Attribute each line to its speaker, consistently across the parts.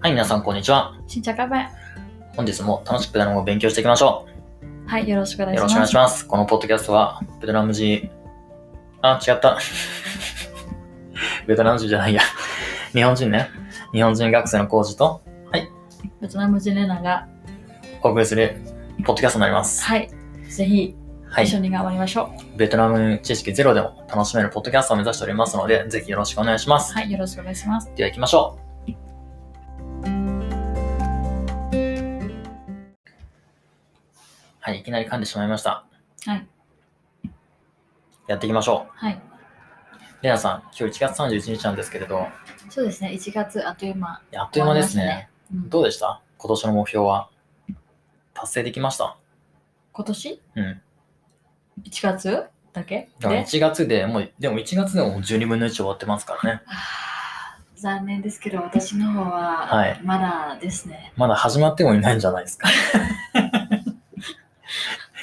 Speaker 1: はい、皆さん、こんにちは。
Speaker 2: しんちゃかばや。
Speaker 1: 本日も楽しくベトナム語を勉強していきましょ
Speaker 2: はい、よろしく
Speaker 1: う。
Speaker 2: お願いし
Speaker 1: よ
Speaker 2: ま
Speaker 1: ろしくお願
Speaker 2: す。
Speaker 1: いします。このポッドキャストは、ベトナム人、あ、違った。 ベトナム人じゃないや。日本人ね。日本人学生の講師と
Speaker 2: ベトナム人レナが、
Speaker 1: お送りするポッドキャストになります。
Speaker 2: はい、ぜひ
Speaker 1: は
Speaker 2: 一緒
Speaker 1: い。
Speaker 2: に頑張りましょう。
Speaker 1: ベトナム知識ゼロでも楽しめるポッドキャストを目指しておりますので、ぜひよろしくお願いします。
Speaker 2: はい、よろしくお願いします。
Speaker 1: では行きましょう。はい、いきなり噛んでしまいました。
Speaker 2: はい。
Speaker 1: やっていきましょ
Speaker 2: はい、
Speaker 1: う。レナさん、今日1月31日なんですけれど、
Speaker 2: そうですね、1月あっという間。
Speaker 1: あっという間ですね。
Speaker 2: うん
Speaker 1: どうでした今年の目標は。達成できました。
Speaker 2: 今年
Speaker 1: うん。
Speaker 2: ?1 月だけ
Speaker 1: だから
Speaker 2: で、
Speaker 1: 1月でもう、でも1月でも12分の1終わってますからね。
Speaker 2: あー残念ですけど、私の方
Speaker 1: は
Speaker 2: はいまだですね。
Speaker 1: まだ始まってもいないんじゃないですか。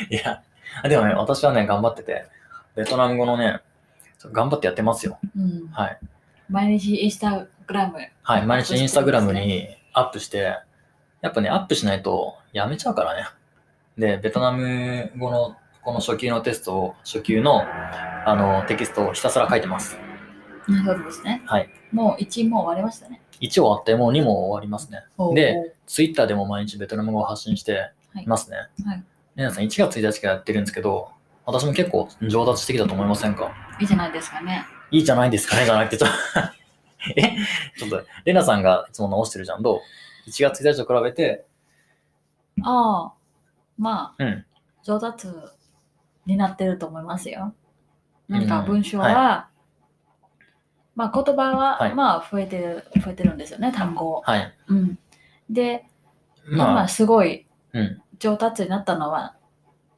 Speaker 1: いや、でもね、私はね、頑張ってて、ベトナム語のね、ちょっと頑張ってやってますよ。
Speaker 2: うん
Speaker 1: はい。
Speaker 2: 毎日インスタグラム。
Speaker 1: はい、毎日インスタグラムにアップして、やっぱね、アップしないとやめちゃうからね。で、ベトナム語のこの初級のテストを、初級のあのテキストをひたすら書いてます。
Speaker 2: なるほどですね。
Speaker 1: はい。
Speaker 2: もう1も終わりましたね。
Speaker 1: 1終わって、もう2も終わりますね。
Speaker 2: おー
Speaker 1: で、ツイッターでも毎日ベトナム語を発信していますね。
Speaker 2: はい
Speaker 1: 皆さん1月1日からやってるんですけど、私も結構上達してきたと思いませんか
Speaker 2: いいじゃないですかね。
Speaker 1: いいじゃないですかねじゃなくて、ちょっ とえ、ちょっと、レナさんがいつも直してるじゃん。どう ?1 月1日と比べて、
Speaker 2: ああ、まあ。
Speaker 1: うん、
Speaker 2: 上達になってると思いますよ。なんか
Speaker 1: うん
Speaker 2: 文章は、まあ言葉は、
Speaker 1: はい
Speaker 2: まあ増えてる増えてるんですよね単語。
Speaker 1: はい。
Speaker 2: うん、で、
Speaker 1: ま
Speaker 2: 今
Speaker 1: あ、
Speaker 2: すごい
Speaker 1: うん、
Speaker 2: 上達になったのは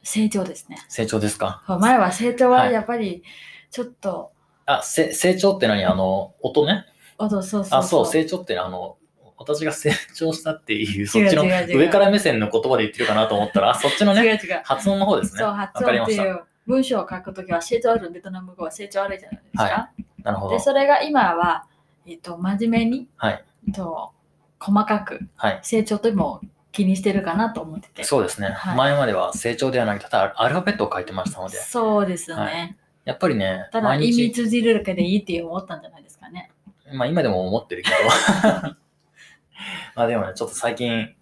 Speaker 2: 成長ですね。
Speaker 1: 成長ですか。
Speaker 2: 前は成長は
Speaker 1: はい
Speaker 2: やっぱりちょっと、
Speaker 1: あ、せ成長って何あの、音ね。
Speaker 2: おどそうそう
Speaker 1: あ、そう、成長ってあの、私が成長したっていう、そっちの
Speaker 2: 違う違う違う
Speaker 1: 上から目線の言葉で言ってるかなと思ったら、そっちの
Speaker 2: 違う
Speaker 1: ね、
Speaker 2: 違う。
Speaker 1: 発音の方ですね。
Speaker 2: そう
Speaker 1: わ
Speaker 2: 発
Speaker 1: かり
Speaker 2: 音
Speaker 1: ま
Speaker 2: って
Speaker 1: し
Speaker 2: い
Speaker 1: た。
Speaker 2: う文章を書くときは成長あるベトナム語は成長あるじゃないですか。
Speaker 1: はいなるほど
Speaker 2: で。それが今は、えっと真面目に、
Speaker 1: はい
Speaker 2: えっと細かく
Speaker 1: はい。
Speaker 2: 成長とも気にしてるかなと思ってて
Speaker 1: そうですね、
Speaker 2: はい
Speaker 1: 前までは成長ではなくて、ただアルファベットを書いてましたので、
Speaker 2: そうですね、
Speaker 1: はやっぱりね、
Speaker 2: ただ
Speaker 1: 毎
Speaker 2: 意味
Speaker 1: 日、
Speaker 2: 通じるだけでいいって思ったんじゃないですかね
Speaker 1: まあ今でも思ってるけど、 まあでもね、ちょっと最近、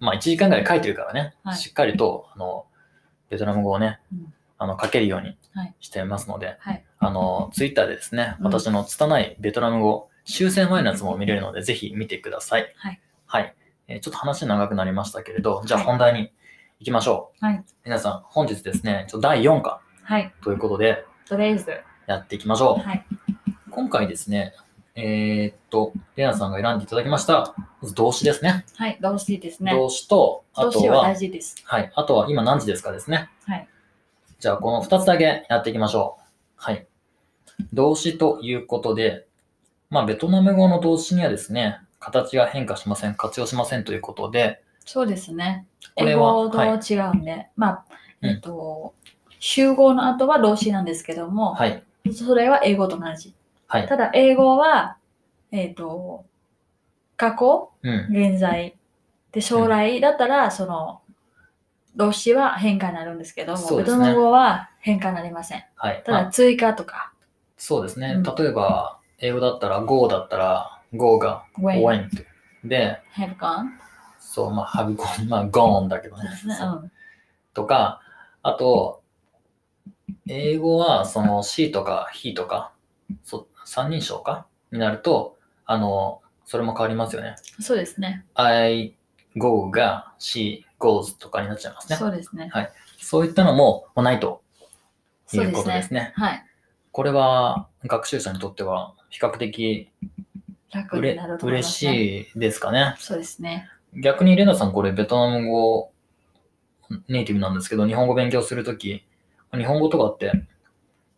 Speaker 1: まあ1時間ぐらい書いてるからね、
Speaker 2: はい
Speaker 1: しっかりと、あの、ベトナム語をね、
Speaker 2: うん
Speaker 1: あの、書けるように
Speaker 2: はい
Speaker 1: してますので、
Speaker 2: はい
Speaker 1: あの、ツイッターでですね、
Speaker 2: うん
Speaker 1: 私の拙いベトナム語、修正前のやつも見れるので、ぜひ見てください。
Speaker 2: はい。
Speaker 1: はい。えーちょっと話長くなりましたけれど、じゃあ
Speaker 2: はい
Speaker 1: 本題に行きましょう。
Speaker 2: はい
Speaker 1: 皆さん、本日ですね、ちょっと第4課
Speaker 2: はい
Speaker 1: ということで、
Speaker 2: とりあえず
Speaker 1: やっていきましょ。
Speaker 2: はいう
Speaker 1: 今回ですね、えーっと、レナさんが選んでいただきました、まず動詞ですね。
Speaker 2: はい動詞ですね
Speaker 1: 動詞と、あ
Speaker 2: 動
Speaker 1: と
Speaker 2: 詞は
Speaker 1: は
Speaker 2: 大、事です
Speaker 1: はい、あとは今何時ですかですね。
Speaker 2: はい
Speaker 1: じゃあ、この2つだけやっていきましょう。はい。動詞ということで、まあ、ベトナム語の動詞にはですね、形が変化しません、活用しませんということで、
Speaker 2: そうですね
Speaker 1: これ
Speaker 2: 英
Speaker 1: は、
Speaker 2: 語と
Speaker 1: はい、
Speaker 2: 違うんで、まあ
Speaker 1: うん
Speaker 2: えっと、集合の後は動詞なんですけども、
Speaker 1: はい、
Speaker 2: それは英語と同じ
Speaker 1: はい、
Speaker 2: ただ英語はえっ、と過去
Speaker 1: うん、
Speaker 2: 現在で将来だったらその動詞は変化になるんですけども、
Speaker 1: そう
Speaker 2: ベ
Speaker 1: です
Speaker 2: ト
Speaker 1: ね
Speaker 2: ナム語は変化になりません
Speaker 1: はい。
Speaker 2: た
Speaker 1: ま
Speaker 2: だ
Speaker 1: あ
Speaker 2: 追加とか、
Speaker 1: そうですね
Speaker 2: う、ん
Speaker 1: 例えば、英語だったら、go だったら、go が
Speaker 2: when
Speaker 1: went で、
Speaker 2: have gone
Speaker 1: そう、まあ、have gone、まあ、gone だけど
Speaker 2: そう
Speaker 1: ね
Speaker 2: ですね、。うん、
Speaker 1: とか、あと、英語はその C とか He とか、そ三人称かになると、あの、それも変わりますよね。
Speaker 2: そうですね
Speaker 1: I go が She goes とかになっちゃいますね。
Speaker 2: そうですね
Speaker 1: そういったのももうないとい
Speaker 2: そう
Speaker 1: う
Speaker 2: で
Speaker 1: こ
Speaker 2: す
Speaker 1: とで
Speaker 2: ね
Speaker 1: すね。
Speaker 2: はい
Speaker 1: これは学習者にとっては比較的
Speaker 2: 楽
Speaker 1: う
Speaker 2: に
Speaker 1: れ
Speaker 2: なると思いま
Speaker 1: 嬉
Speaker 2: す、ね、
Speaker 1: しいですかね。
Speaker 2: そうですね
Speaker 1: 逆にレナさんこれベトナム語ネイティブなんですけど、日本語勉強するとき、日本語とかってま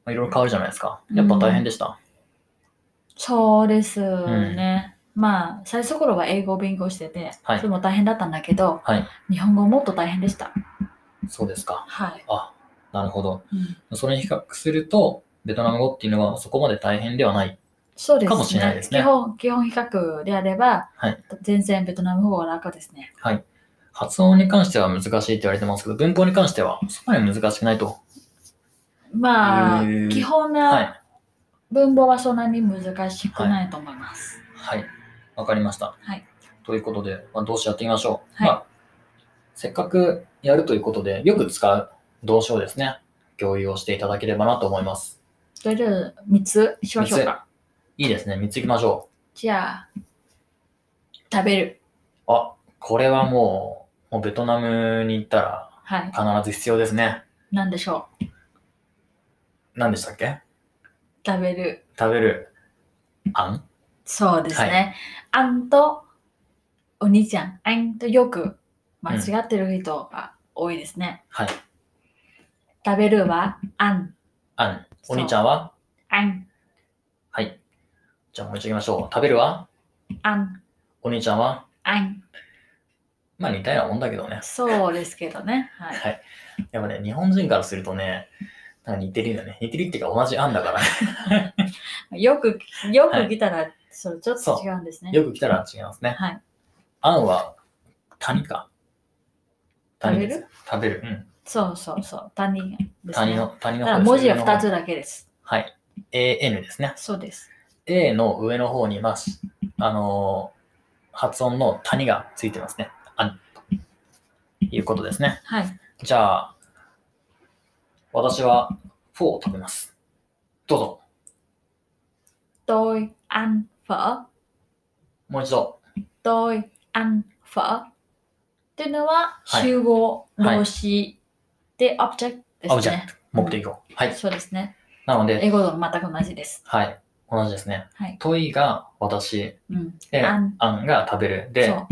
Speaker 1: あいろいろ変わるじゃないですか。やっぱ大変でした。
Speaker 2: そうですね、まあ最初頃は英語を勉強してて、
Speaker 1: はい
Speaker 2: それも大変だったんだけど
Speaker 1: はい。
Speaker 2: 日本語もっと大変でした
Speaker 1: そうですか。
Speaker 2: はい、
Speaker 1: あ、なるほど。
Speaker 2: うん
Speaker 1: それに比較すると、ベトナム語っていうのはそこまで大変ではない
Speaker 2: そうですね。
Speaker 1: かもしれないですね
Speaker 2: 基本、基本比較であれば、
Speaker 1: はい
Speaker 2: 全然ベトナム方が楽ですね。
Speaker 1: はい。発音に関しては難しいって言われてますけど、文法に関してはそこまで難しくないと。
Speaker 2: まあ、
Speaker 1: へー
Speaker 2: 基本
Speaker 1: は。
Speaker 2: ない文法はそんなに難しくないと思います。
Speaker 1: はい。わかりました。
Speaker 2: はい。
Speaker 1: ということで、まあ、動詞やってみましょう。
Speaker 2: はい
Speaker 1: まあ、せっかくやるということで、よく使う動詞をですね、共有をしていただければなと思います。
Speaker 2: とりあえず、3つにしましょうか。
Speaker 1: いいですね。3ついきましょ
Speaker 2: じゃあ、食べる。
Speaker 1: う。あ、これはもう、もうベトナムに行ったら
Speaker 2: はい。
Speaker 1: 必ず必要ですね。
Speaker 2: なんでしょう。
Speaker 1: 何でしたっけ
Speaker 2: 食べる。
Speaker 1: 食べる。あん
Speaker 2: そうですね。あんとお兄ちゃん、あんとよく間違ってる人が多いですね。
Speaker 1: はい。
Speaker 2: 食べるはあん。
Speaker 1: あん。お兄ちゃんは
Speaker 2: あん、
Speaker 1: はい。じゃあもう一度行きましょう。食べるは
Speaker 2: あん、
Speaker 1: お兄ちゃんは
Speaker 2: あん。
Speaker 1: まあ似たようなもんだけどね。
Speaker 2: そうですけどね。はい。
Speaker 1: はい。やっぱね、日本人からするとね、なんか似てるよね。似てるっていうか同じ案だからね。
Speaker 2: よく、よ
Speaker 1: は
Speaker 2: く
Speaker 1: い
Speaker 2: 来たら、そうちょっと
Speaker 1: そう
Speaker 2: 違うんですね。
Speaker 1: よく来たら違いますね。
Speaker 2: はい。
Speaker 1: 案は谷か。
Speaker 2: 食べ
Speaker 1: です
Speaker 2: る
Speaker 1: 食べる。うん。
Speaker 2: そうそうそう。他人です
Speaker 1: 谷
Speaker 2: ね。
Speaker 1: の、谷
Speaker 2: た
Speaker 1: の
Speaker 2: だ
Speaker 1: 方
Speaker 2: 文字は2。
Speaker 1: 上
Speaker 2: つ
Speaker 1: の方
Speaker 2: だけです。
Speaker 1: はい。AN ですね。
Speaker 2: そうです。
Speaker 1: A の上の方に、まあ、しあのー発音の谷がついてますね。あん。ということですね。
Speaker 2: はい。
Speaker 1: じゃあ、私は4を食べます。どうぞ。
Speaker 2: tôi ăn phở
Speaker 1: もう一度。
Speaker 2: tôi ăn phở っていうのは
Speaker 1: はい
Speaker 2: 集合
Speaker 1: はい
Speaker 2: 動詞で object で
Speaker 1: オブジ
Speaker 2: す
Speaker 1: ェ
Speaker 2: ね
Speaker 1: ク。ト。目的語。はい。
Speaker 2: そうですね。
Speaker 1: なので、
Speaker 2: 英語と全く同じです。
Speaker 1: はい。同じですね。
Speaker 2: はい。
Speaker 1: トイが私、
Speaker 2: うん。
Speaker 1: で、
Speaker 2: あ
Speaker 1: ア
Speaker 2: ん
Speaker 1: ンが食べる。で、
Speaker 2: そ
Speaker 1: フ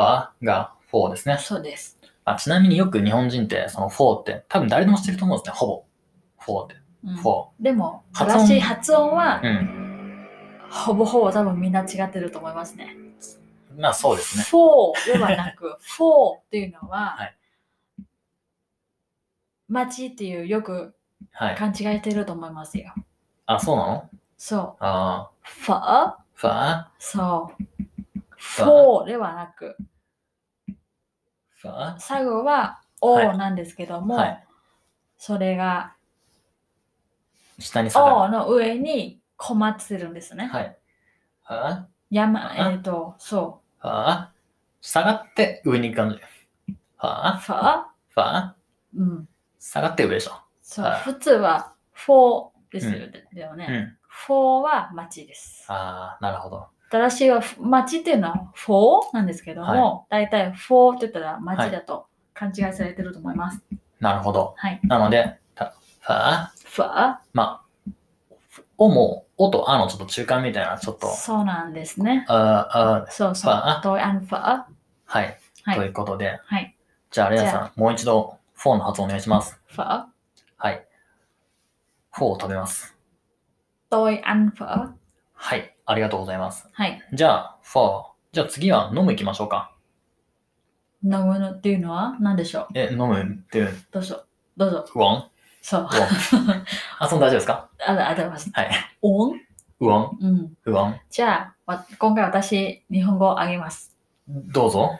Speaker 2: う。
Speaker 1: ァーがフォーですね。
Speaker 2: そうです。
Speaker 1: あちなみによく日本人って、そのフォーって、多分誰でも知ってると思うんですね。ほぼ。フォーって。
Speaker 2: うん
Speaker 1: フォ
Speaker 2: でも、
Speaker 1: 発
Speaker 2: 正
Speaker 1: 音
Speaker 2: しい発音は
Speaker 1: ー。うん。
Speaker 2: ほぼほぼ多分みんな違ってると思いますね。
Speaker 1: まあそうですね。
Speaker 2: for ではなく、for っていうのは、
Speaker 1: はい
Speaker 2: 街っていうよく
Speaker 1: はい。
Speaker 2: 勘違いしてると思いますよ。
Speaker 1: あ、そうなの
Speaker 2: そ
Speaker 1: あ
Speaker 2: う。for
Speaker 1: ーファー、
Speaker 2: そう。
Speaker 1: ァ
Speaker 2: for ではなく、
Speaker 1: ファー。
Speaker 2: 最後は
Speaker 1: はい
Speaker 2: o なんですけども、
Speaker 1: はい
Speaker 2: それが
Speaker 1: 下に下が
Speaker 2: o の上にコマつるんですね。
Speaker 1: る。はい。ファー、
Speaker 2: 山、
Speaker 1: あ
Speaker 2: えっ、と、そ
Speaker 1: ファー。下がって上に行く感じ。ファ
Speaker 2: う。
Speaker 1: ー、
Speaker 2: for
Speaker 1: ファー。
Speaker 2: うん。
Speaker 1: 下がって上でしょ。
Speaker 2: そう。
Speaker 1: はい
Speaker 2: 普通は for ですよね。
Speaker 1: うん。
Speaker 2: for は街です。
Speaker 1: ああ、なるほど。
Speaker 2: 正しいは街っていうのは for なんですけども、大体 for って言ったら街だと勘違いされてると思います。
Speaker 1: なるほど。
Speaker 2: はい。
Speaker 1: なので、たファー、
Speaker 2: for
Speaker 1: まあ、おも、おとあのちょっと中間みたいな、ちょっと、
Speaker 2: そうなんですね。
Speaker 1: あーあー
Speaker 2: そうそう。
Speaker 1: for
Speaker 2: to and for
Speaker 1: はい、
Speaker 2: はい
Speaker 1: ということで、
Speaker 2: はい
Speaker 1: じゃあ、レア
Speaker 2: じ
Speaker 1: さん、もう一度、フォーの発音お願いします。
Speaker 2: for
Speaker 1: はい。フォーを食べます。
Speaker 2: tôi ăn phở
Speaker 1: はい、ありがとうございます。
Speaker 2: はい
Speaker 1: じゃあ、フォー。じゃあ次は飲む行きましょうか。
Speaker 2: 飲むのっていうのは何でしょう
Speaker 1: え、飲むっていう、
Speaker 2: どうぞどうぞ
Speaker 1: ウォン
Speaker 2: そう
Speaker 1: ウ ォン。あ、その大丈夫ですか
Speaker 2: ああります
Speaker 1: はい。
Speaker 2: おん
Speaker 1: ウォン、
Speaker 2: うん
Speaker 1: ウォン。
Speaker 2: じゃあわ今回私日本語をあげます
Speaker 1: どうぞ。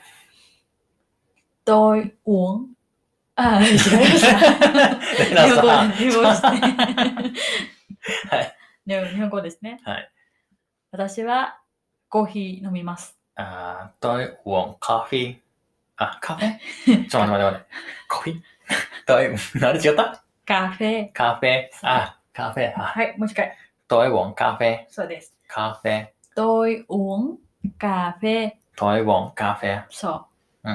Speaker 2: tôi uống あ違いました
Speaker 1: レナさ ん。
Speaker 2: 日本語ですね
Speaker 1: はい
Speaker 2: でも日本語ですね
Speaker 1: はい
Speaker 2: 私はコーヒー飲みます
Speaker 1: あー、どい、ウォン、カフィー。あ、カフェちょ っと待って待って待って。コフィーどい、あれ違った
Speaker 2: カフェ
Speaker 1: カフェ。あ、カフェ。あ、
Speaker 2: はいもう一回
Speaker 1: どい、ウォン、カフェ。
Speaker 2: そうです
Speaker 1: カフェ。
Speaker 2: tôi uống カフェ
Speaker 1: どい、ウォン、カフェ。
Speaker 2: そう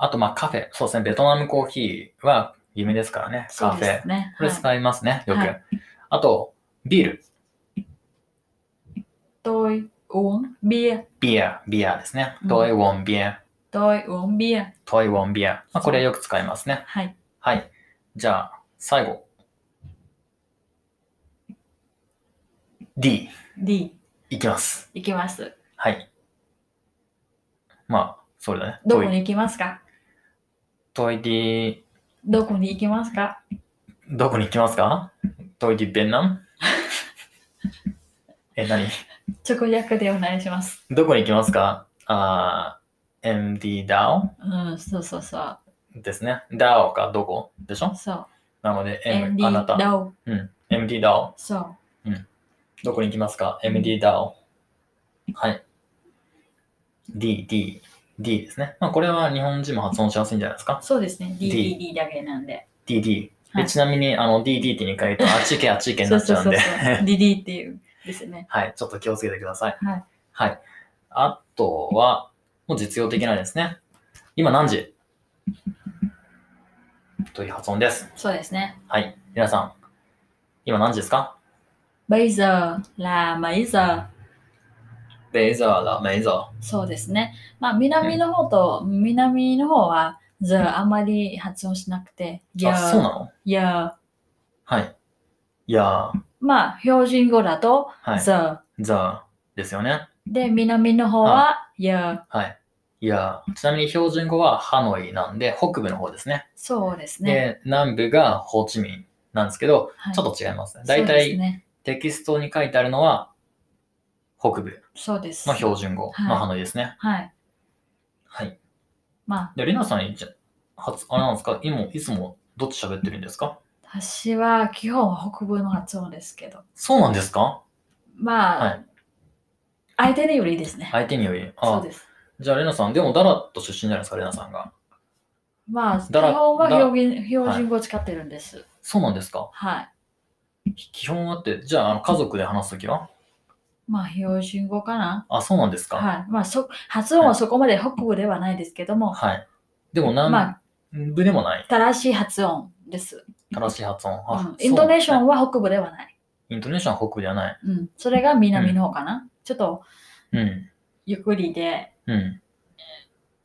Speaker 1: あと、まあ、カフェ。そうですね。ベトナムコーヒーは有名ですからね。
Speaker 2: そ
Speaker 1: カ
Speaker 2: う
Speaker 1: フ
Speaker 2: で
Speaker 1: ェ。
Speaker 2: すね
Speaker 1: これ
Speaker 2: はい
Speaker 1: 使いますね。よく。
Speaker 2: はい
Speaker 1: あと、ビール。
Speaker 2: tôi uống bia
Speaker 1: ビア、ビアですね
Speaker 2: う。ん
Speaker 1: どい、ウォン、ビア。
Speaker 2: tôi uống bia
Speaker 1: トイウォンビア。まあ、これよく使いますね。
Speaker 2: はい
Speaker 1: はい。じゃあ、最後。D、
Speaker 2: D
Speaker 1: いきます。
Speaker 2: 行きます
Speaker 1: はい。まあ、それだね。
Speaker 2: どこ
Speaker 1: トイ
Speaker 2: に行きますか
Speaker 1: トイディ、
Speaker 2: どこに行きますか
Speaker 1: どこに行きますかトイディベンナム え、何
Speaker 2: 直訳でお願いします。
Speaker 1: どこに行きますかあー MD DAO
Speaker 2: うん、そうそうそう。
Speaker 1: ですね。DAO かどこでしょ
Speaker 2: そう。
Speaker 1: なので M、
Speaker 2: MD
Speaker 1: あなた。
Speaker 2: ダオ。
Speaker 1: うん。MD DAO。
Speaker 2: そう。
Speaker 1: どこに行きますか ?MD DAO。はい。D、D、D ですね。まあこれは日本人も発音しやすいんじゃないですか
Speaker 2: そうですね。
Speaker 1: D
Speaker 2: DDD だけなんで。
Speaker 1: ?DD。
Speaker 2: は
Speaker 1: で
Speaker 2: い
Speaker 1: ちなみに、あの、DD って2回 言うと、あっち行け、あっち行けに
Speaker 2: そ
Speaker 1: な
Speaker 2: う
Speaker 1: っち
Speaker 2: そう
Speaker 1: ゃう
Speaker 2: そ
Speaker 1: ん
Speaker 2: う。
Speaker 1: で。
Speaker 2: DD っていうですね。
Speaker 1: はい、ちょっと気をつけてください。
Speaker 2: はい。
Speaker 1: はい。あとは、もう実用的なですね。今何時 という発音です。
Speaker 2: そうですね。
Speaker 1: はい。皆さん、今何時ですか
Speaker 2: bây giờ là mấy giờ?
Speaker 1: ベイザーだ、メイザ
Speaker 2: そうですね。まあ、南の方と南の方は、じゃあ、あんまり発音しなくて、い
Speaker 1: ー。
Speaker 2: や
Speaker 1: あ、そうなの
Speaker 2: いや
Speaker 1: はい。いやー、
Speaker 2: まあ、標準語だと、
Speaker 1: はい。
Speaker 2: ザ
Speaker 1: ザーですよね。
Speaker 2: で、南の方は、いや
Speaker 1: はい。いやー、ちなみに標準語はハノイなんで、北部の方ですね。
Speaker 2: そうですね。
Speaker 1: で、南部がホーチミンなんですけど、
Speaker 2: はい
Speaker 1: ちょっと違いますね。
Speaker 2: そう
Speaker 1: 大
Speaker 2: です
Speaker 1: 体、
Speaker 2: ね。
Speaker 1: テキストに書いてあるのは、北部。
Speaker 2: そうです。
Speaker 1: の標準語
Speaker 2: はい
Speaker 1: のハノイですね。
Speaker 2: はい。
Speaker 1: はい。
Speaker 2: まあ、
Speaker 1: で、りなさん、じゃ初あれなんですか今、いつもどっち喋ってるんですか
Speaker 2: 私は基本は北部の発音ですけど、
Speaker 1: そうなんですか
Speaker 2: まあ、
Speaker 1: はい
Speaker 2: 相手によりですね。
Speaker 1: 相手により。
Speaker 2: そ
Speaker 1: あ
Speaker 2: うです。
Speaker 1: じゃあ、りなさん、でも、ダラット出身じゃないですか、りなさんが。
Speaker 2: まあ、基
Speaker 1: だら
Speaker 2: 本は
Speaker 1: だ
Speaker 2: 標準標準語を使ってるんです。
Speaker 1: そうなんですか
Speaker 2: はい
Speaker 1: き基本はって、じゃあ、あの家族で話すときは
Speaker 2: まあ、標準語かな。
Speaker 1: あ、そうなんですかはい。
Speaker 2: はい。まあ、そ発音はそこまで北部ではないですけども、
Speaker 1: でも、
Speaker 2: ま
Speaker 1: 南
Speaker 2: あ、
Speaker 1: 部でもない。
Speaker 2: 正しい発音です。
Speaker 1: 正しい発音。
Speaker 2: う
Speaker 1: あ
Speaker 2: ん、イントネーショ
Speaker 1: ン。
Speaker 2: ンは北部ではない。
Speaker 1: イントネーションは北部ではない。
Speaker 2: うん。それが南の方かな。ちょっと
Speaker 1: うん。
Speaker 2: ゆっくりで、
Speaker 1: うん。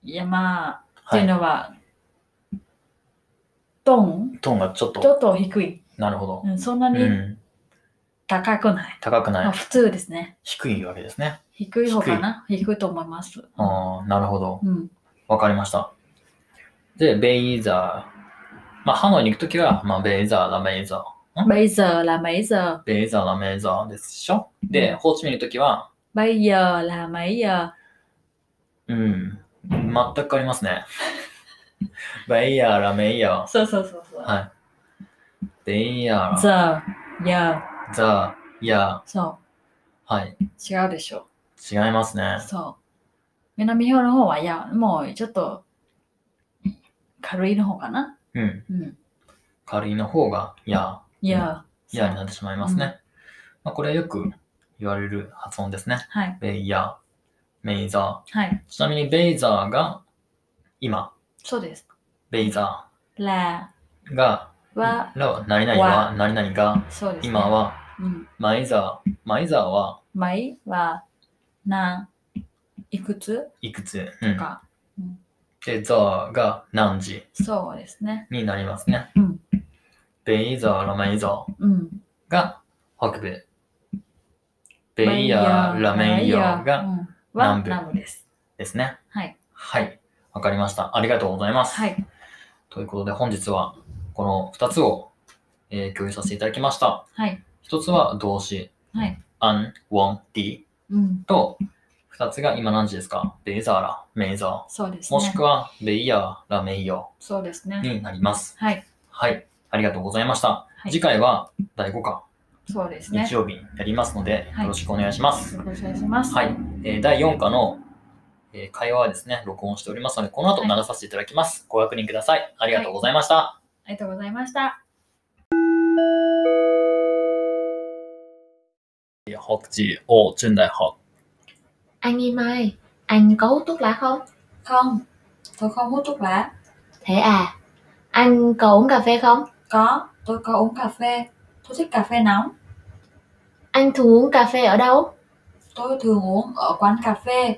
Speaker 2: 山っ
Speaker 1: は
Speaker 2: ていう
Speaker 1: い。
Speaker 2: のは、トーン
Speaker 1: トーンがちょっ
Speaker 2: ちょ
Speaker 1: と、
Speaker 2: っと低い。
Speaker 1: なるほど。
Speaker 2: うん、そんな
Speaker 1: う
Speaker 2: に
Speaker 1: ん。
Speaker 2: 高くない。
Speaker 1: 高く
Speaker 2: ま
Speaker 1: な
Speaker 2: あ、
Speaker 1: い。
Speaker 2: 普通ですね。
Speaker 1: 低いわけですね。
Speaker 2: 低い方かな。低いと思います。
Speaker 1: ああ、なるほど。
Speaker 2: うん。
Speaker 1: わかりました。で、ベイザー。まあ、ハノイに行くときは、まあ、ベイザー、ラメイザ
Speaker 2: bây giờ là mấy giờ?
Speaker 1: ー。ベイザー、ラメイザーでしょで、ホーチミンのときは、
Speaker 2: bây giờ là mấy giờ?
Speaker 1: うん、全く変わります ね。ベイヤー、ラメイヤ
Speaker 2: そうそうそうそう。
Speaker 1: ー。はい。ベイヤー、
Speaker 2: giờ, giờ,
Speaker 1: ザー、ヤ
Speaker 2: そ
Speaker 1: ー。はい。
Speaker 2: う、違うでしょ。
Speaker 1: 違いますね。
Speaker 2: そう。南の方の方は、いや、もうちょっと軽いの方かな。
Speaker 1: うん。
Speaker 2: うん。
Speaker 1: 軽いの方が、ヤ
Speaker 2: いや、
Speaker 1: ー、ヤーになってしまいますね。まあ、これはよく言われる発音ですね。
Speaker 2: はい、
Speaker 1: ベイヤー、メイザー。
Speaker 2: はい、
Speaker 1: ちなみにベイザーが今、
Speaker 2: そうです。
Speaker 1: ベイザ
Speaker 2: ら
Speaker 1: ーが、
Speaker 2: は、
Speaker 1: らは何々は、
Speaker 2: わ
Speaker 1: 何々が、
Speaker 2: そうです、ね。
Speaker 1: 今。は、
Speaker 2: うん。
Speaker 1: マイザー、マイザーは
Speaker 2: 毎は、なん、いくつ
Speaker 1: いくつ、うん、
Speaker 2: か。
Speaker 1: で、ザーが何時
Speaker 2: そうですね。
Speaker 1: になりますね。
Speaker 2: うん
Speaker 1: ベイザー、ラメイザー
Speaker 2: うん。
Speaker 1: が北部。ベイヤー、ラメイヤー
Speaker 2: う
Speaker 1: が
Speaker 2: んは
Speaker 1: 南部
Speaker 2: 南部です。
Speaker 1: ですね。
Speaker 2: はい。
Speaker 1: はい。わかりました。ありがとうございます。
Speaker 2: はい。
Speaker 1: ということで、本日はこの2つを、えー共有させていただきました。
Speaker 2: はい。
Speaker 1: 一つは動詞、
Speaker 2: はい、
Speaker 1: アン、ウォン、ディ
Speaker 2: うん。
Speaker 1: と、二つが今何時ですかベイザーラ、メイザ
Speaker 2: そうです
Speaker 1: ー。
Speaker 2: ね。
Speaker 1: もしくは、ベイヤー、ラメイヨ
Speaker 2: そうです
Speaker 1: ー
Speaker 2: ね。
Speaker 1: になります。
Speaker 2: はい。
Speaker 1: はい。ありがとうございました。
Speaker 2: はい
Speaker 1: 次回は第5課、
Speaker 2: そうですね。
Speaker 1: 日曜日にやりますので、
Speaker 2: はい
Speaker 1: よろしくお願いします。
Speaker 2: よろしくお願いします。
Speaker 1: はい。えー第4課の、えー会話はですね、録音しておりますので、この後流させていただきます。ご確認ください。ありがとうございました。
Speaker 2: ありがとうございました。
Speaker 1: 北地を順大北。
Speaker 3: Anh Nghi Mai, anh có hút thuốc lá không?
Speaker 2: Không, tôi không hút thuốc lá.
Speaker 3: Thế à, anh có uống cà phê không?
Speaker 2: Có, tôi có uống cà phê. Tôi thích cà phê nóng.
Speaker 3: Anh thường uống cà phê ở đâu?
Speaker 2: Tôi thường uống ở quán cà phê.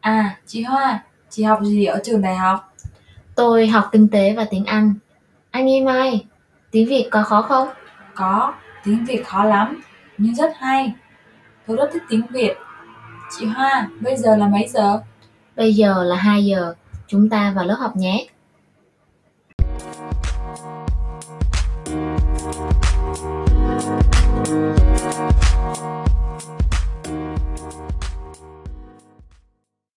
Speaker 2: À, chị Hoa, chị học gì ở trường đại học?
Speaker 3: Tôi học kinh tế và tiếng Anh. Anh Nghi Mai, tiếng Việt có khó không?
Speaker 2: Có, tiếng Việt khó lắm, nhưng rất hay. Tôi rất thích tiếng Việt. Chị Hoa, bây giờ là mấy giờ?
Speaker 3: Bây giờ là 2 giờ, chúng ta vào lớp học nhé.